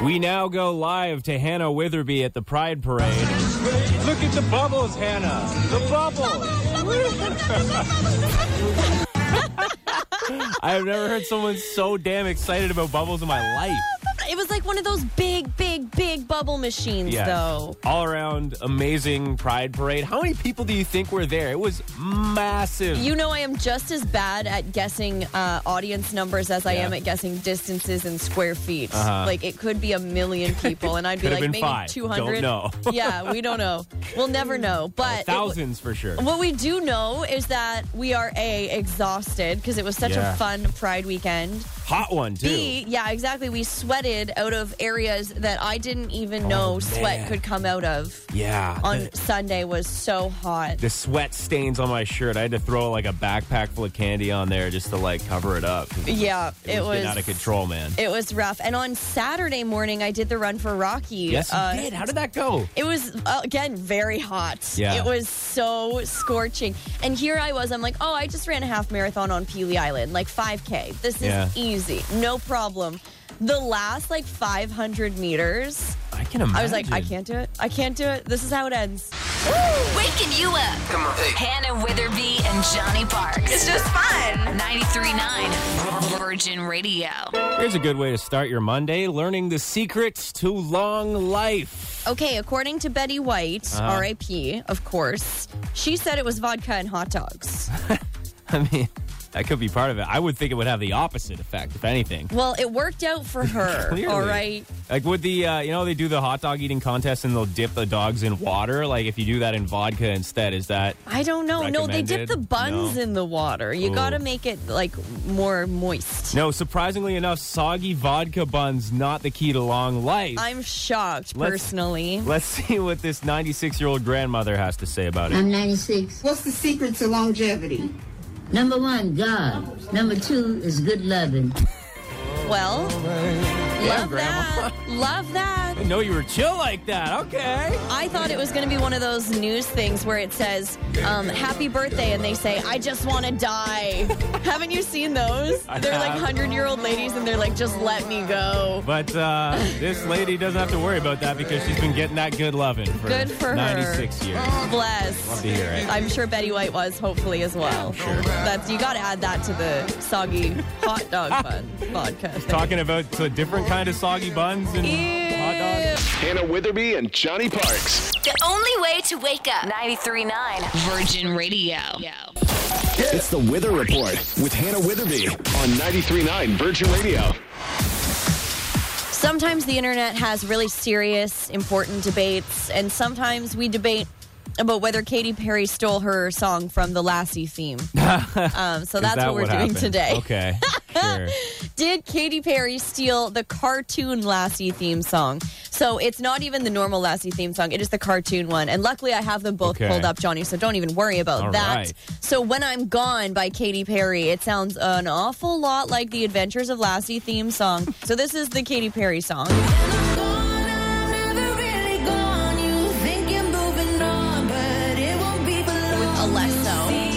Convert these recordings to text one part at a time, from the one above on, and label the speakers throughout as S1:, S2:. S1: We now go live to Hannah Witherby at the Pride Parade. Look at the bubbles, Hannah. The bubbles. I have never heard someone so damn excited about bubbles in my life.
S2: It was like one of those big, big, big bubble machines,
S1: Yes.
S2: though.
S1: All around amazing Pride Parade. How many people do you think were there? It was massive.
S2: You know, I am just as bad at guessing uh, audience numbers as I
S1: Yeah.
S2: am at guessing distances and square feet.
S1: Uh-huh.
S2: Like, it could be a million people, and I'd be
S1: Could have been
S2: like, maybe
S1: five.
S2: 200.
S1: Don't know.
S2: yeah, we don't know. We'll never know. But it w-
S1: Thousands for sure.
S2: What we do know is that we are A, exhausted because it was such
S1: Yeah.
S2: a fun Pride weekend.
S1: Hot one, too.
S2: B, yeah, exactly. We sweated out of areas that I didn't even know sweat
S1: Oh, man.
S2: could come out of.
S1: yeah.
S2: On Sunday was so hot.
S1: the sweat stains on my shirt. I had to throw like a backpack full of candy on there just to like cover it up.
S2: Yeah,
S1: It was, getting out of control, man.
S2: It was rough. And on Saturday morning, I did the run for Rocky.
S1: yes, you
S2: Uh,
S1: did. How did that go?
S2: It was, uh, again, very hot.
S1: Yeah.
S2: It was so scorching. And here I was, I'm like, oh, I just ran a half marathon on Pelee Island, like 5K. This is
S1: Yeah.
S2: easy, no problem. The last like 500 meters,
S1: I can imagine.
S2: I was like, I can't do it. I can't do it. This is how it ends.
S3: Waking you up. Come on. Hannah Witherby and Johnny Parks. It's just fun. 93.9 Virgin Radio.
S1: Here's a good way to start your Monday learning the secrets to long life.
S2: Okay, according to Betty White,
S1: Uh-huh.
S2: RIP, of course, she said it was vodka and hot dogs.
S1: I mean, that could be part of it. I would think it would have the opposite effect, if anything.
S2: Well, it worked out for her.
S1: Clearly.
S2: All right.
S1: Like, would the, uh, you know, they do the hot dog eating contest and they'll dip the dogs in water. Like, if you do that in vodka instead, is that.
S2: I don't know. No, they dip
S1: Recommended?
S2: the buns
S1: No.
S2: in the water. You
S1: Ooh.
S2: got to make it like more moist.
S1: No, surprisingly enough, soggy vodka buns not the key to long life.
S2: I'm shocked
S1: Let's-
S2: personally.
S1: Let's see what this 96 year old grandmother has to say about it.
S4: I'm 96.
S5: What's the secret to longevity?
S4: Number one, God. Number two is good loving.
S2: Well, love
S1: Grandma.
S2: that. Love that.
S1: Didn't know you were chill like that. Okay.
S2: I thought it was going to be one of those news things where it says, um, happy birthday, and they say, I just want to die. Haven't you seen those?
S1: I
S2: They're like
S1: have.
S2: 100 year old ladies, and they're like, just let me go.
S1: But uh, this lady doesn't have to worry about that because she's been getting that good loving for,
S2: Good for her. Oh,
S1: 96 years. Love
S2: Bless.
S1: to hear it.
S2: I'm sure Betty White was, hopefully as well.
S1: Sure.
S2: That's you got to add that to the soggy hot dog bun vodka. thing.
S1: Talking about the different kind of soggy buns and hot dogs.
S6: Hannah Witherby and Johnny Parks.
S3: The only way to wake up. 93.9 Virgin Radio.
S6: It's the Wither Report with Hannah Witherby on 93.9 Virgin Radio.
S2: Sometimes the internet has really serious, important debates, and sometimes we debate about whether Katy Perry stole her song from the Lassie theme. um, so that's
S1: Is that
S2: what we're doing
S1: happened?
S2: today.
S1: Okay. Sure.
S2: Did Katy Perry steal the cartoon Lassie theme song? So it's not even the normal Lassie theme song, it is the cartoon one. And luckily, I have them both
S1: Okay.
S2: pulled up, Johnny, so don't even worry about
S1: All
S2: that.
S1: right.
S2: So, When I'm Gone by Katy Perry, it sounds an awful lot like the Adventures of Lassie theme song. so, this is the Katy Perry song. Alesso.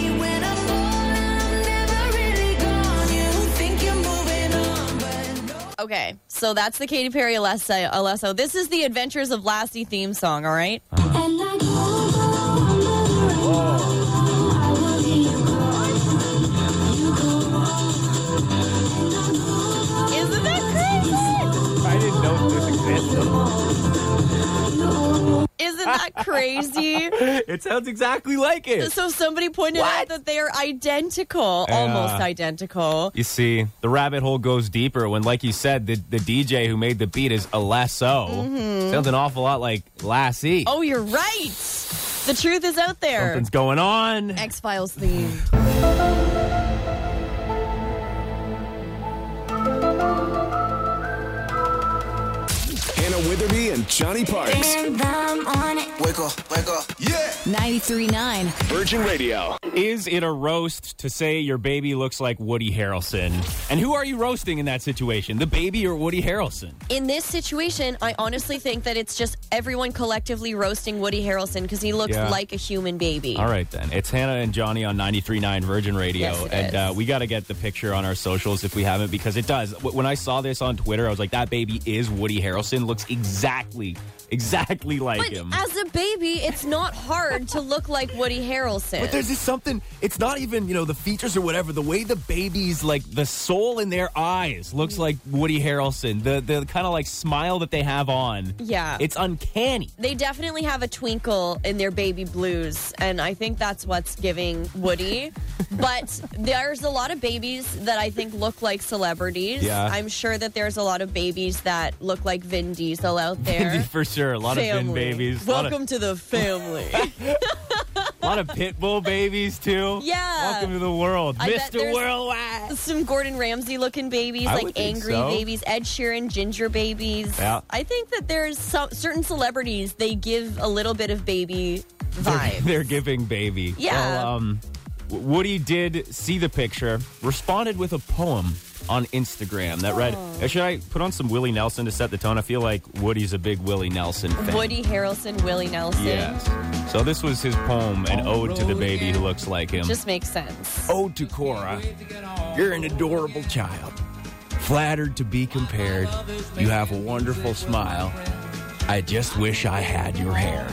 S2: Okay, so that's the Katy Perry Alesso. Alesso. This is the Adventures of Lassie theme song, all right? Isn't that crazy?
S1: I didn't know this existed.
S2: Isn't that crazy?
S1: It sounds exactly like it.
S2: so somebody pointed out that they are identical, almost identical.
S1: You see, the rabbit hole goes deeper when, like you said, the, the DJ who made the beat is Alesso. Sounds an awful lot like Lassie.
S2: Mm-hmm. Oh, you're right. The truth is out there.
S1: Something's going on.
S2: X Files theme.
S6: Hannah Witherby and Johnny Parks.
S7: Wake up, wake up.
S3: 939.
S6: Virgin Radio.
S1: Is it a roast to say your baby looks like Woody Harrelson? And who are you roasting in that situation, the baby or Woody Harrelson?
S2: In this situation, I honestly think that it's just everyone collectively roasting Woody Harrelson because he looks
S1: Yeah.
S2: like a human baby.
S1: All right, then. It's Hannah and Johnny on 93.9 Virgin Radio.
S2: Yes, it
S1: and
S2: is.
S1: Uh, we got to get the picture on our socials if we haven't, because it does. Wh- When I saw this on Twitter, I was like, that baby is Woody Harrelson. Looks exactly, exactly like
S2: But
S1: him.
S2: as a baby, it's not hard to look like Woody Harrelson.
S1: But there's just something. It's not even you know the features or whatever. The way the babies like the soul in their eyes looks like Woody Harrelson. The the kind of like smile that they have on.
S2: Yeah.
S1: it's uncanny.
S2: they definitely have a twinkle in their baby blues, and I think that's what's giving Woody. but there's a lot of babies that I think look like celebrities.
S1: Yeah.
S2: I'm sure that there's a lot of babies that look like Vin Diesel out there.
S1: For sure, a lot of Finn
S2: Family.
S1: babies.
S2: Welcome to the family.
S1: A lot of, lot of pit bull babies too.
S2: Yeah.
S1: welcome to the world,
S2: I bet
S1: Mr.
S2: there's-
S1: Worldwide.
S2: Some Gordon Ramsay looking babies,
S1: I would
S2: like
S1: think
S2: angry
S1: so.
S2: babies, Ed Sheeran, ginger babies.
S1: Yeah.
S2: I think that there's some, certain celebrities they give a little bit of baby vibe.
S1: They're giving baby.
S2: Yeah.
S1: Well, um, W- Woody did see the picture, responded with a poem on Instagram that read,
S2: Oh.
S1: "Should I put on some Willie Nelson to set the tone? I feel like Woody's a big Willie Nelson fan."
S2: Woody Harrelson, Willie Nelson. Oh,
S1: Yes. So this was his poem, an ode to the baby who looks like him.
S2: Just makes sense.
S1: ode to Cora. You're an adorable child, flattered to be compared. You have a wonderful smile. I just wish I had your hair.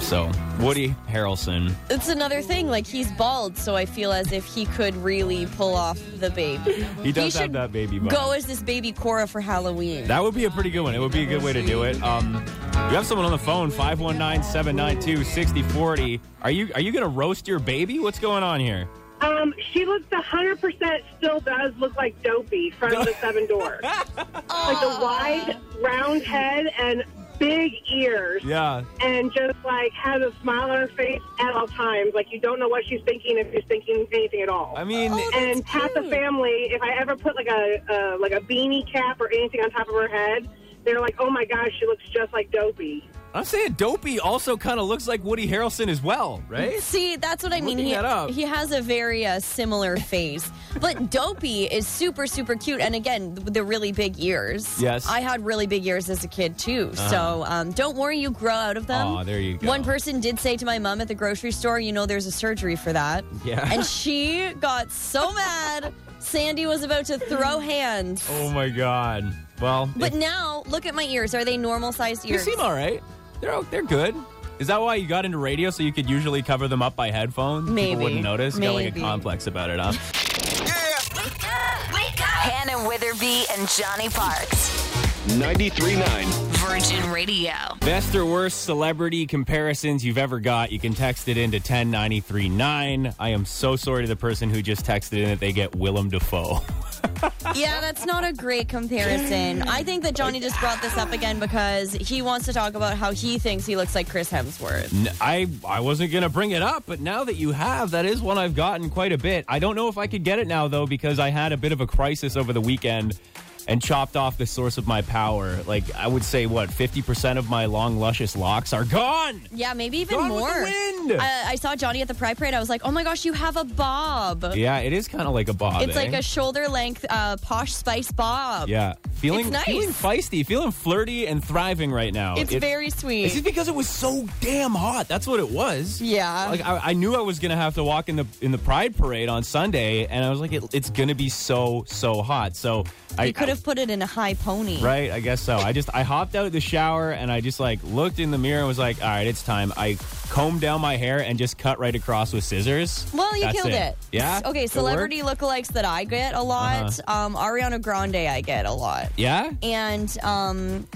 S1: So Woody Harrelson.
S2: It's another thing. Like he's bald, so I feel as if he could really pull off the baby.
S1: He does
S2: should
S1: have that baby bump.
S2: Go as this baby Cora for Halloween.
S1: That would be a pretty good one. It would be a good way to do it. Um, we have someone on the phone, 519-792-6040. Are you are you gonna roast your baby? What's going on here?
S8: Um, she looks 100% still does look like Dopey from The Seven Doors. like the wide, round head and big ears.
S1: Yeah.
S8: And just like has a smile on her face at all times. Like you don't know what she's thinking if she's thinking anything at all.
S1: I mean
S8: and half the family, if I ever put like a uh, like a beanie cap or anything on top of her head, they're like, "Oh my gosh, she looks just like Dopey."
S1: I'm saying Dopey also kind of looks like Woody Harrelson as well, right?
S2: See, that's what I mean.
S1: Looking
S2: He,
S1: that up.
S2: he has a very uh, similar face. But Dopey is super, super cute. And again, th- the really big ears.
S1: Yes. Uh-huh.
S2: I had really big ears as a kid, too. So um, don't worry, you grow out of them.
S1: Aw, there you go.
S2: One person did say to my mom at the grocery store, you know, there's a surgery for that.
S1: Yeah.
S2: And she got so mad. Sandy was about to throw hands.
S1: Oh my god. Well,
S2: But
S1: if-
S2: now, look at my ears. Are they normal sized
S1: you
S2: ears?
S1: seem all right. They're o- they're good. Is that why you got into radio so you could usually cover them up by headphones?
S2: Maybe.
S1: People wouldn't notice. You got like a
S2: Maybe.
S1: complex about it, huh?
S3: Wake up! Wake up! Hannah Witherby and Johnny Parks.
S6: 93.9
S3: Virgin Radio.
S1: Best or worst celebrity comparisons you've ever got, you can text it into 10939. I am so sorry to the person who just texted in that they get Willem Dafoe.
S2: Yeah, that's not a great comparison. I think that Johnny just brought this up again because he wants to talk about how he thinks he looks like Chris Hemsworth.
S1: N- I I wasn't gonna bring it up, but now that you have, that is one I've gotten quite a bit. I don't know if I could get it now though because I had a bit of a crisis over the weekend and chopped off the source of my power. Like I would say, what fifty percent of my long luscious locks are gone.
S2: Yeah, maybe even
S1: Gone with
S2: more.
S1: the wind.
S2: I, I saw Johnny at the Pride Parade. I was like, oh my gosh, you have a bob.
S1: Yeah, it is kind of like a bob.
S2: It's like
S1: eh?
S2: a shoulder length uh, posh spice bob.
S1: yeah, feeling
S2: It's nice.
S1: feeling feisty, feeling flirty and thriving right now.
S2: It's
S1: It-
S2: very sweet.
S1: It's just because it was so damn hot. That's what it was.
S2: Yeah.
S1: Like I, I knew I was gonna have to walk in the in the Pride Parade on Sunday, and I was like, it, it's gonna be so so hot. So I
S2: you could have put it in a high pony.
S1: Right, I guess so. I just I hopped out of the shower and I just like looked in the mirror and was like, all right, it's time. I combed down my hair and just cut right across with scissors.
S2: Well, you
S1: That's
S2: killed it.
S1: Yeah.
S2: Okay,
S1: It
S2: celebrity
S1: worked? Uh-huh.
S2: lookalikes that I get a lot. Um, Ariana Grande, I get a lot.
S1: Yeah.
S2: and um,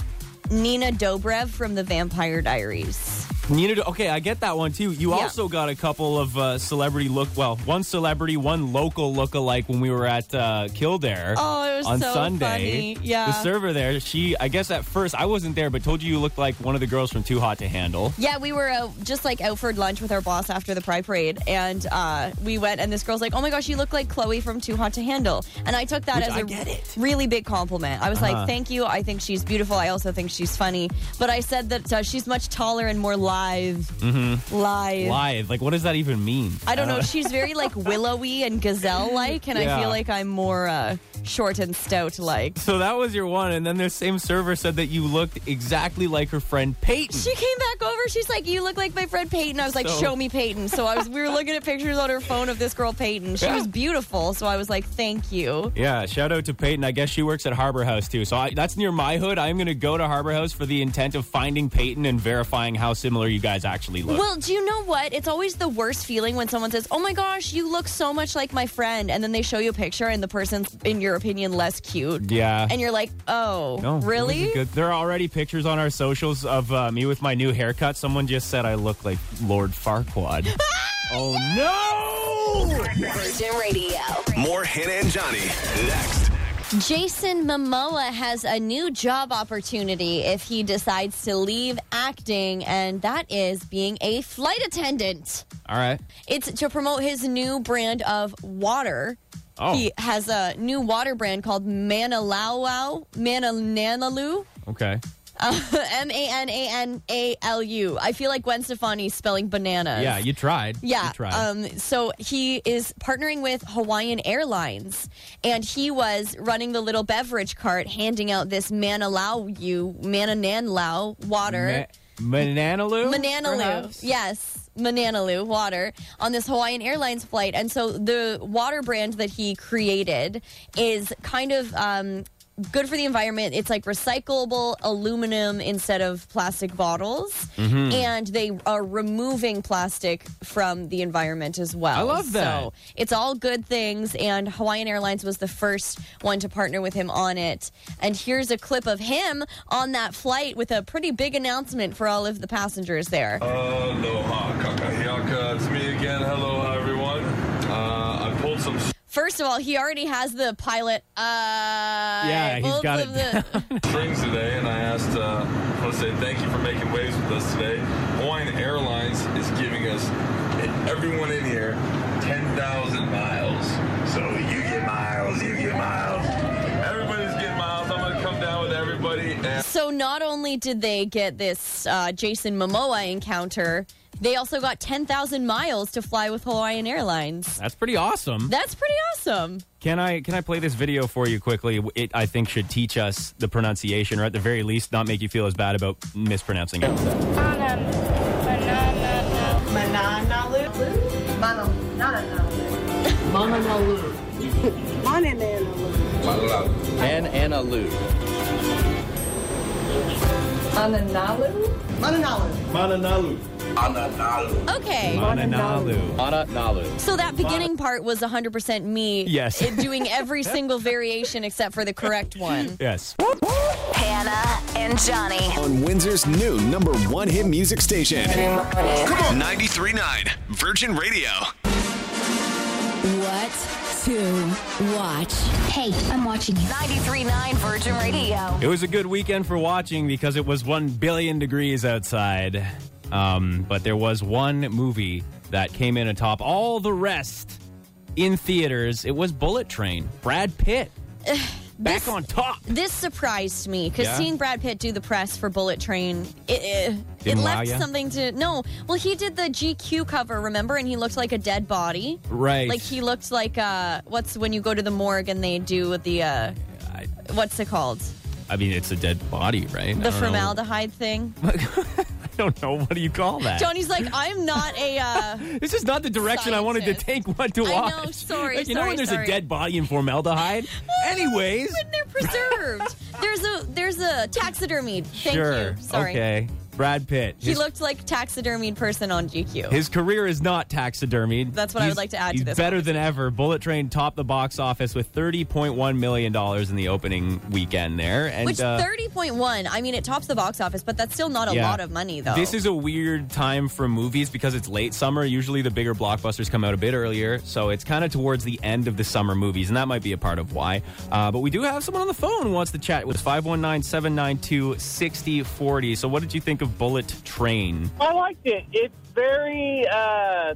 S2: Nina Dobrev from The Vampire Diaries.
S1: Community. Okay, I get that one too. You
S2: Yeah.
S1: also got a couple of uh, celebrity look. Well, one celebrity, one local look-alike when we were at uh, Kildare.
S2: Oh, it was
S1: on
S2: so
S1: Sunday.
S2: funny. Yeah.
S1: The server there, she. I guess at first I wasn't there, but told you you looked like one of the girls from Too Hot to Handle.
S2: Yeah, we were uh, just like out for lunch with our boss after the Pride Parade, and uh, we went, and this girl's like, "Oh my gosh, you look like Chloe from Too Hot to Handle," and I took that
S1: Which
S2: as
S1: I
S2: a
S1: get it. Uh-huh.
S2: really big compliment. I was like, "Thank you. I think she's beautiful. I also think she's funny." But I said that uh, she's much taller and more live, live.
S1: Mm-hmm. Live. Like, what does that even mean?
S2: I don't know. She's very like willowy and gazelle like, and
S1: Yeah.
S2: I feel like I'm more uh, short and stout like.
S1: So that was your one, and then the same server said that you looked exactly like her friend Peyton.
S2: She came back over. She's like, "You look like my friend Peyton." I was like,
S1: So-
S2: "Show me Peyton." So I was. We were looking at pictures on her phone of this girl Peyton. She
S1: Yeah.
S2: was beautiful. So I was like, "Thank you."
S1: Yeah, shout out to Peyton. I guess she works at Harbor House too. So I, that's near my hood. I'm going to go to Harbor House for the intent of finding Peyton and verifying how similar you guys actually look.
S2: Well, do you know what? It's always the worst feeling when someone says, "Oh my gosh, you look so much like my friend," and then they show you a picture and the person's, in your opinion, less cute.
S1: yeah.
S2: And you're like, "Oh,
S1: No, it
S2: really?"
S1: wasn't good. There are already pictures on our socials of uh, me with my new haircut. Someone just said I look like Lord Farquaad. oh no!
S3: Virgin Radio.
S6: More Hannah and Johnny next.
S2: Jason Momoa has a new job opportunity if he decides to leave acting, and that is being a flight attendant.
S1: All right.
S2: It's to promote his new brand of water.
S1: Oh.
S2: He has a new water brand called Manalauau, Manananalu,
S1: Okay.
S2: M A N A N A L U. I feel like Gwen Stefani spelling bananas.
S1: Yeah, you tried.
S2: Yeah.
S1: You tried.
S2: Um, so he is partnering with Hawaiian Airlines, and he was running the little beverage cart, handing out this Manalau you Manananlau water,
S1: Ma- Mananalu?
S2: Mananalu,
S1: perhaps?
S2: yes, Mananalu water on this Hawaiian Airlines flight, and so the water brand that he created is kind of. Um, Good for the environment. It's like recyclable aluminum instead of plastic bottles. And they are removing plastic from the environment as well.
S1: I love that.
S2: So it's all good things. And Hawaiian Airlines was the first one to partner with him on it. And here's a clip of him on that flight with a pretty big announcement for all of the passengers there.
S9: Aloha, kakahiaka. It's me again. Hello, everyone. Uh, I pulled some
S2: First of all, he already has the pilot. Uh, yeah,
S1: he's got it
S9: strings today, and I asked, uh, I want to say thank you for making waves with us today. Hawaiian Airlines is giving us, everyone in here, 10,000 miles. So you get miles, you get miles. Everybody's getting miles. I'm going to come down with everybody. And-
S2: So not only did they get this uh, Jason Momoa encounter, they also got 10,000 miles to fly with Hawaiian Airlines.
S1: That's pretty awesome.
S2: That's pretty awesome.
S1: Can I can I play this video for you quickly? It I think should teach us the pronunciation, or at the very least, not make you feel as bad about mispronouncing it.
S10: And Anna Lou.
S2: Okay.
S1: Mananalu.
S10: Anna Nalu.
S2: So that beginning part was 100% me
S1: Yes.
S2: i- doing every single variation except for the correct one.
S1: Yes.
S3: Hannah and Johnny.
S6: On Windsor's new number one hit music station. 93.9 Virgin Radio.
S11: What to watch?
S4: Hey, I'm watching you.
S3: 93.9 Virgin Radio.
S1: It was a good weekend for watching because it was one billion degrees outside. Um, but there was one movie that came in atop all the rest in theaters. It was Bullet Train. Brad Pitt back
S2: This-
S1: on top.
S2: This surprised me because
S1: Yeah?
S2: seeing Brad Pitt do the press for Bullet Train, it, it, it
S1: Didn't wow
S2: left
S1: ya?
S2: something to. No, well, he did the GQ cover, remember? And he looked like a dead body.
S1: Right.
S2: Like he looked like uh, what's when you go to the morgue and they do the uh,
S1: I,
S2: what's it called?
S1: I mean, it's a dead body, right? I
S2: The
S1: don't know.
S2: formaldehyde thing.
S1: I don't know. What do you call that?
S2: Tony's like, I'm not a. Uh,
S1: This is not the direction I wanted to
S2: Scientist.
S1: take what to
S2: I know,
S1: watch.
S2: sorry,
S1: Like, you know
S2: sorry,
S1: when there's a
S2: sorry. Oh,
S1: dead body in formaldehyde? Anyways.
S2: they're preserved. There's a there's a taxidermy. Thank
S1: sure.
S2: you. Sorry.
S1: Okay. Brad Pitt.
S2: He looked like taxidermied person on GQ.
S1: His career is not taxidermied.
S2: That's what I would like to add to
S1: He's
S2: this
S1: better than ever. Bullet Train topped the box office with thirty point one million dollars in the opening weekend there, and
S2: Which
S1: uh,
S2: thirty point one? I mean, it tops the box office, but that's still not a
S1: yeah.
S2: lot of money, though.
S1: This is a weird time for movies because it's late summer. Usually the bigger blockbusters come out a bit earlier, so it's kind of towards the end of the summer movies, and that might be a part of why. Uh, but we do have someone on the phone who wants to chat with 519 792 6040. So, what did you think of Bullet Train?
S10: I liked it. It's very uh, uh,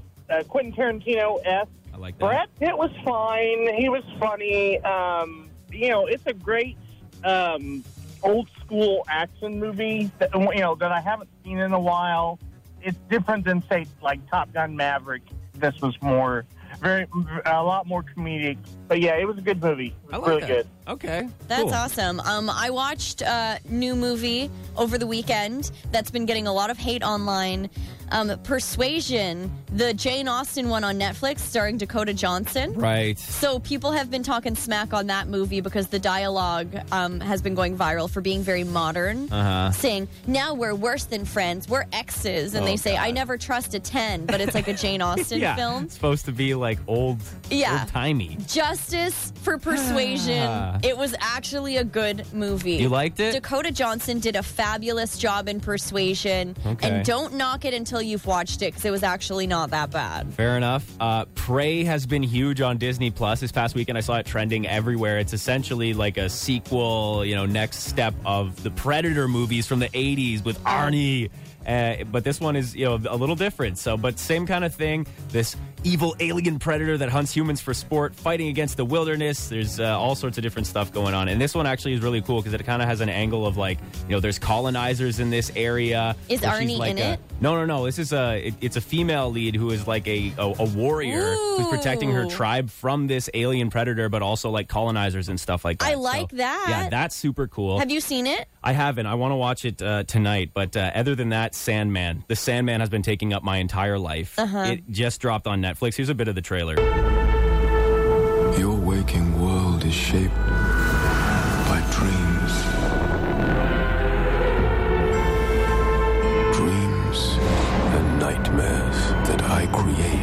S10: Quentin Tarantino esque. I
S1: like
S10: that. Brad Pitt was fine. He was funny. Um, you know, it's a great um, old school action movie. That, you know that I haven't seen in a while. It's different than say like Top Gun Maverick. This was more very a lot more comedic. But yeah, it was a good movie. It was really good.
S1: Okay.
S2: That's awesome. Um, I watched a new movie over the weekend that's been getting a lot of hate online. Um, Persuasion, the Jane Austen one on Netflix, starring Dakota Johnson.
S1: Right.
S2: So people have been talking smack on that movie because the dialogue um, has been going viral for being very modern,
S1: Uh-huh.
S2: saying now we're worse than friends, we're exes, and
S1: Oh,
S2: they say I never trust a ten, but it's like a Jane Austen
S1: yeah,
S2: film.
S1: It's supposed to be like old,
S2: Yeah.
S1: old timey.
S2: Justice for Persuasion.
S1: Ah.
S2: It was actually a good movie.
S1: You liked it?
S2: Dakota Johnson did a fabulous job in Persuasion.
S1: Okay.
S2: And don't knock it until you've watched it because it was actually not that bad.
S1: Fair enough. Uh, Prey has been huge on Disney Plus this past weekend. I saw it trending everywhere. It's essentially like a sequel, you know, next step of the Predator movies from the '80s with Arnie. Uh, but this one is, you know, a little different. So, but same kind of thing. This evil alien predator that hunts humans for sport, fighting against the wilderness. There's uh, all sorts of different stuff going on, and this one actually is really cool because it kind of has an angle of like, you know, there's colonizers in this area.
S2: Is
S1: where she's
S2: Arnie
S1: like
S2: in
S1: a-
S2: it?
S1: no, no, no. This is a it- it's a female lead who is like a a, a warrior who's protecting her
S2: Ooh.
S1: tribe from this alien predator, but also like colonizers and stuff like that.
S2: I like that.
S1: Yeah, that's super cool.
S2: Have you seen it?
S1: I haven't. I want to watch it uh, tonight. But uh, other than that, Sandman. The Sandman has been taking up my entire life.
S2: Uh-huh.
S1: It just dropped on Netflix. Here's a bit of the trailer.
S12: Your waking world is shaped by dreams. Dreams and nightmares that I create.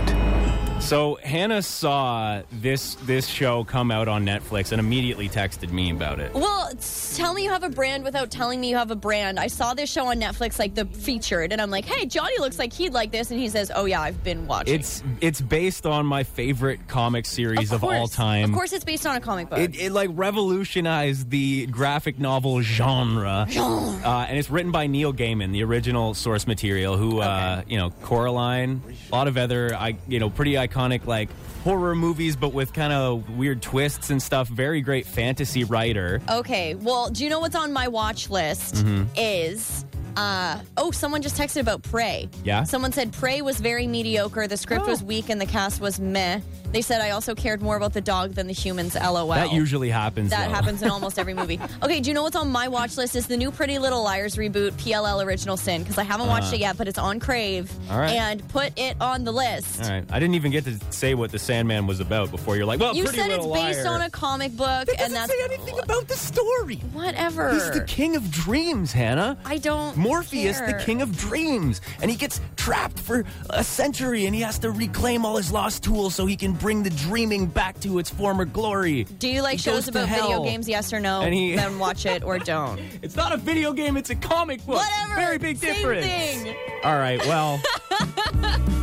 S1: So Hannah saw this this show come out on Netflix and immediately texted me about it.
S2: Well, s- tell me you have a brand without telling me you have a brand. I saw this show on Netflix, like the featured, and I'm like, hey, Johnny looks like he'd like this. And he says, oh, yeah, I've been watching.
S1: It's it's based on my favorite comic series of, all
S2: course.
S1: time.
S2: Of course, it's based on a comic book.
S1: It, it like revolutionized the graphic novel genre,
S2: Genre.
S1: Uh, and it's written by Neil Gaiman, the original source material. Who, uh, you know, Coraline, a lot of other, I, you know, pretty iconic like horror movies, but with kind of weird twists and stuff. Very great fantasy writer.
S2: Okay. Well, do you know what's on my watch list?
S1: Mhm.
S2: Is uh oh, someone just texted about Prey.
S1: Yeah? Oh.
S2: Someone said Prey was very mediocre. The script was weak and the cast was meh. They said I also cared more about the dog than the humans. LOL.
S1: That usually happens.
S2: That
S1: though.
S2: happens in almost every movie. Okay, do you know what's on my watch list? Is the new Pretty Little Liars reboot, PLL Original Sin? Because I haven't watched
S1: Uh-huh.
S2: it yet, but it's on Crave.
S1: All right.
S2: And put it on the list.
S1: All right, I didn't even get to say what the Sandman was about before. You're like, well,
S2: you
S1: Pretty
S2: said it's
S1: Little
S2: based
S1: Liar.
S2: on a comic book, and that's
S1: say anything about the story.
S2: Whatever.
S1: He's the king of dreams, Hannah.
S2: I don't.
S1: Morpheus,
S2: care.
S1: the king of dreams, and he gets trapped for a century and he has to reclaim all his lost tools so he can bring the dreaming back to its former glory.
S2: Do you like
S1: He goes
S2: shows
S1: to
S2: about video
S1: hell.
S2: games? Yes or no?
S1: And he-
S2: Then watch it or don't.
S1: It's not a video game, it's a comic book.
S2: Whatever.
S1: Very big
S2: Same
S1: difference.
S2: thing.
S1: All right, well,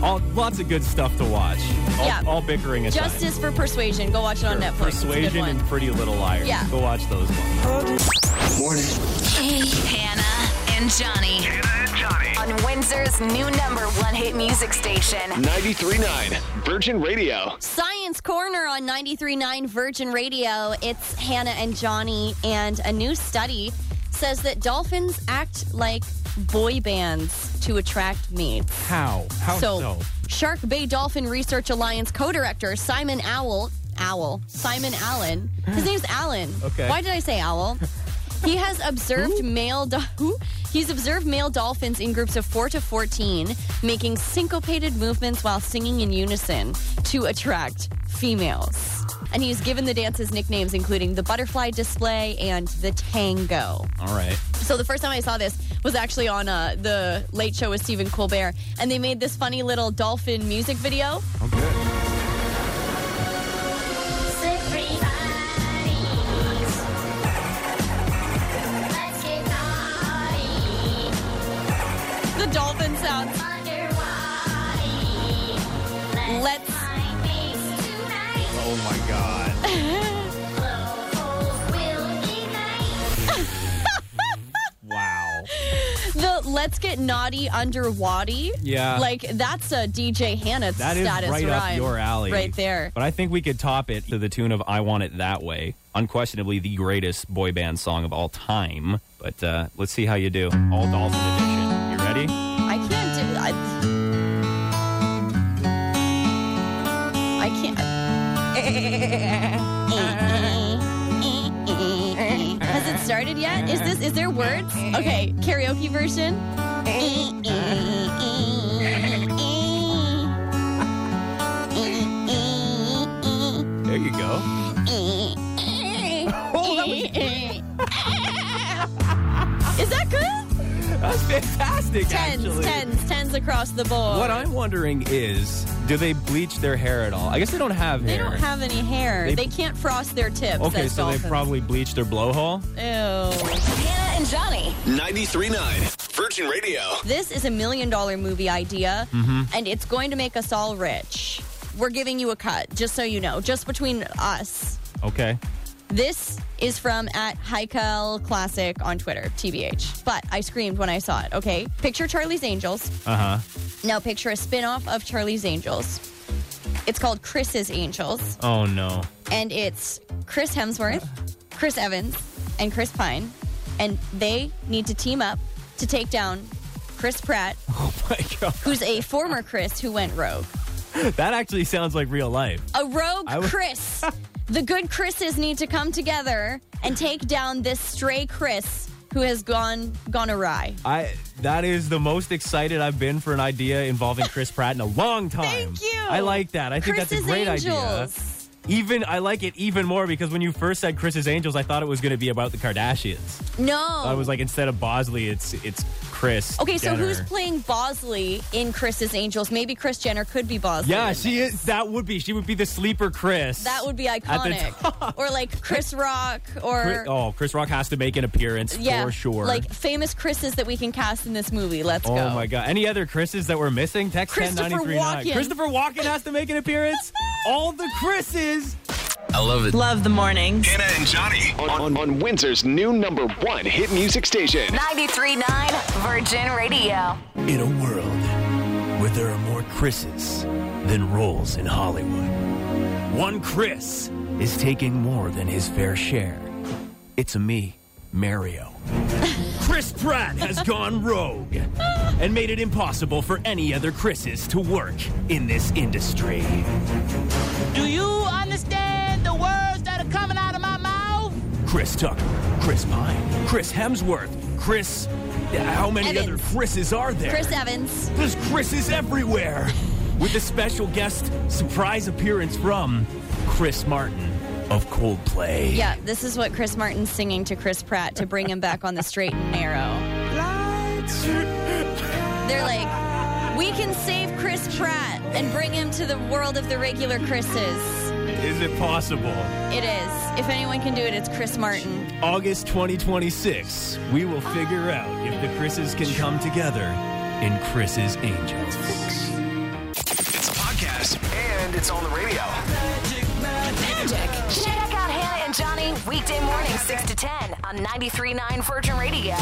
S1: all, lots of good stuff to watch. All,
S2: Yeah.
S1: all bickering aside.
S2: Justice for Persuasion. Go watch it on Netflix. It's a good
S1: Persuasion
S2: one.
S1: and Pretty Little Liars.
S2: Yeah.
S1: Go watch those ones. Morning.
S3: Hey, Hannah and Johnny. Johnny. On Windsor's new number one hit music station.
S6: 93.9 Virgin Radio.
S2: Science Corner on 93.9 Virgin Radio. It's Hannah and Johnny, and a new study says that dolphins act like boy bands to attract mates.
S1: How? How
S2: so,
S1: so?
S2: Shark Bay Dolphin Research Alliance co-director Simon Owl, Owl, Simon Allen. His name's Allen.
S13: Okay.
S2: Why did I say Owl? He has observed male do- who? He's observed male dolphins in groups of 4 to 14 making syncopated movements while singing in unison to attract females. And he's given the dances nicknames including the butterfly display and the tango.
S1: All right.
S2: So the first time I saw this, was actually on uh, the Late Show with Stephen Colbert, and they made this funny little dolphin music video. The dolphin sounds. Let's.
S1: Oh my god. Wow.
S2: the Let's Get Naughty Underwatty.
S1: Yeah.
S2: Like, that's a DJ Hannah
S1: That is
S2: status
S1: right
S2: rhyme
S1: up your alley.
S2: Right there.
S1: But I think we could top it to the tune of I Want It That Way. Unquestionably the greatest boy band song of all time. But uh, let's see how you do. All Dolphin Edition. You ready?
S2: I can't do I, I can't. Has it started yet? Is this is there words? Okay, karaoke version.
S1: There you go.
S2: Is that good?
S1: That's fantastic,
S2: Tens,
S1: actually.
S2: tens, tens across the board.
S1: What I'm wondering is, do they bleach their hair at all? I guess they don't have
S2: They
S1: hair.
S2: don't have any hair.
S1: They-
S2: They, can't frost their tips.
S1: Okay,
S2: as
S1: so they
S2: dolphins.
S1: probably bleached their blowhole.
S2: Ew.
S3: Hannah and Johnny.
S6: 93.9 Virgin Radio.
S2: This is a million dollar movie idea,
S6: Mhm.
S2: and it's going to make us all rich. We're giving you a cut, just so you know, just between us.
S1: Okay.
S2: This is from at Heikel Classic on Twitter, TBH. But I screamed when I saw it, okay? Picture Charlie's Angels.
S1: Uh huh.
S2: Now picture a spin off of Charlie's Angels. It's called Chris's Angels.
S1: Oh no.
S2: and it's Chris Hemsworth, Chris Evans, and Chris Pine, and they need to team up to take down Chris Pratt,
S1: Oh,
S2: who's a former Chris who went rogue.
S1: That actually sounds like real life.
S2: A rogue
S1: I would-
S2: Chris. the good Chris's need to come together and take down this stray Chris who has gone gone awry.
S1: I that is the most excited I've been for an idea involving Chris Pratt in a long time. Thank
S2: you.
S1: I like that. I think that's a
S2: Chris's
S1: great idea.
S2: Angels.
S1: Even I like it even more because when you first said Chris's Angels, I thought it was going to be about the Kardashians.
S2: No.
S1: I was like, instead of Bosley, it's it's Chris.
S2: Okay, so
S1: Jenner.
S2: who's playing Bosley in Chris's Angels? Maybe Chris Jenner could be Bosley.
S1: Yeah,
S2: in
S1: she is. That would be. She would be the sleeper Chris.
S2: That would be
S1: the
S2: iconic. or like Chris Rock or
S1: Chri- oh, Chris Rock has to make an appearance
S2: yeah,
S1: for sure.
S2: Like famous Chris's that we can cast in this movie. Let's
S1: oh
S2: go.
S1: my god! Any other Chris's that we're missing? Text ten
S2: Christopher
S1: ninety three nine.
S2: Walken.
S1: Christopher Walken has to make an appearance. All the Chris's.
S6: I love it.
S13: Love the morning.
S6: Hannah and Johnny on, on, on Windsor's new number one hit music station.
S3: 93.9 Virgin Radio.
S14: In a world where there are more Chris's than roles in Hollywood, one Chris is taking more than his fair share. It's a me, Mario. Chris Pratt has gone rogue and made it impossible for any other Chris's to work in this industry.
S15: Do you understand the words that are coming out of my mouth?
S14: Chris Tucker, Chris Pine, Chris Hemsworth, Chris. How many
S2: Evans.
S14: other Chris's are there?
S2: Chris Evans.
S14: There's Chris's everywhere. With a special guest surprise appearance from Chris Martin of Coldplay.
S2: Yeah, this is what Chris Martin's singing to Chris Pratt to bring him back on the straight and narrow. They're like, we can save Chris Pratt and bring him to the world of the regular Chris's.
S14: Is it possible?
S2: It is. If anyone can do it, it's Chris Martin.
S14: August 2026, we will figure out if the Chris's can come together in Chris's Angels.
S6: It's a podcast and it's on the radio.
S3: Magic. Check out Hannah and Johnny weekday morning 6 to 10 on 93.9 Virgin Radio.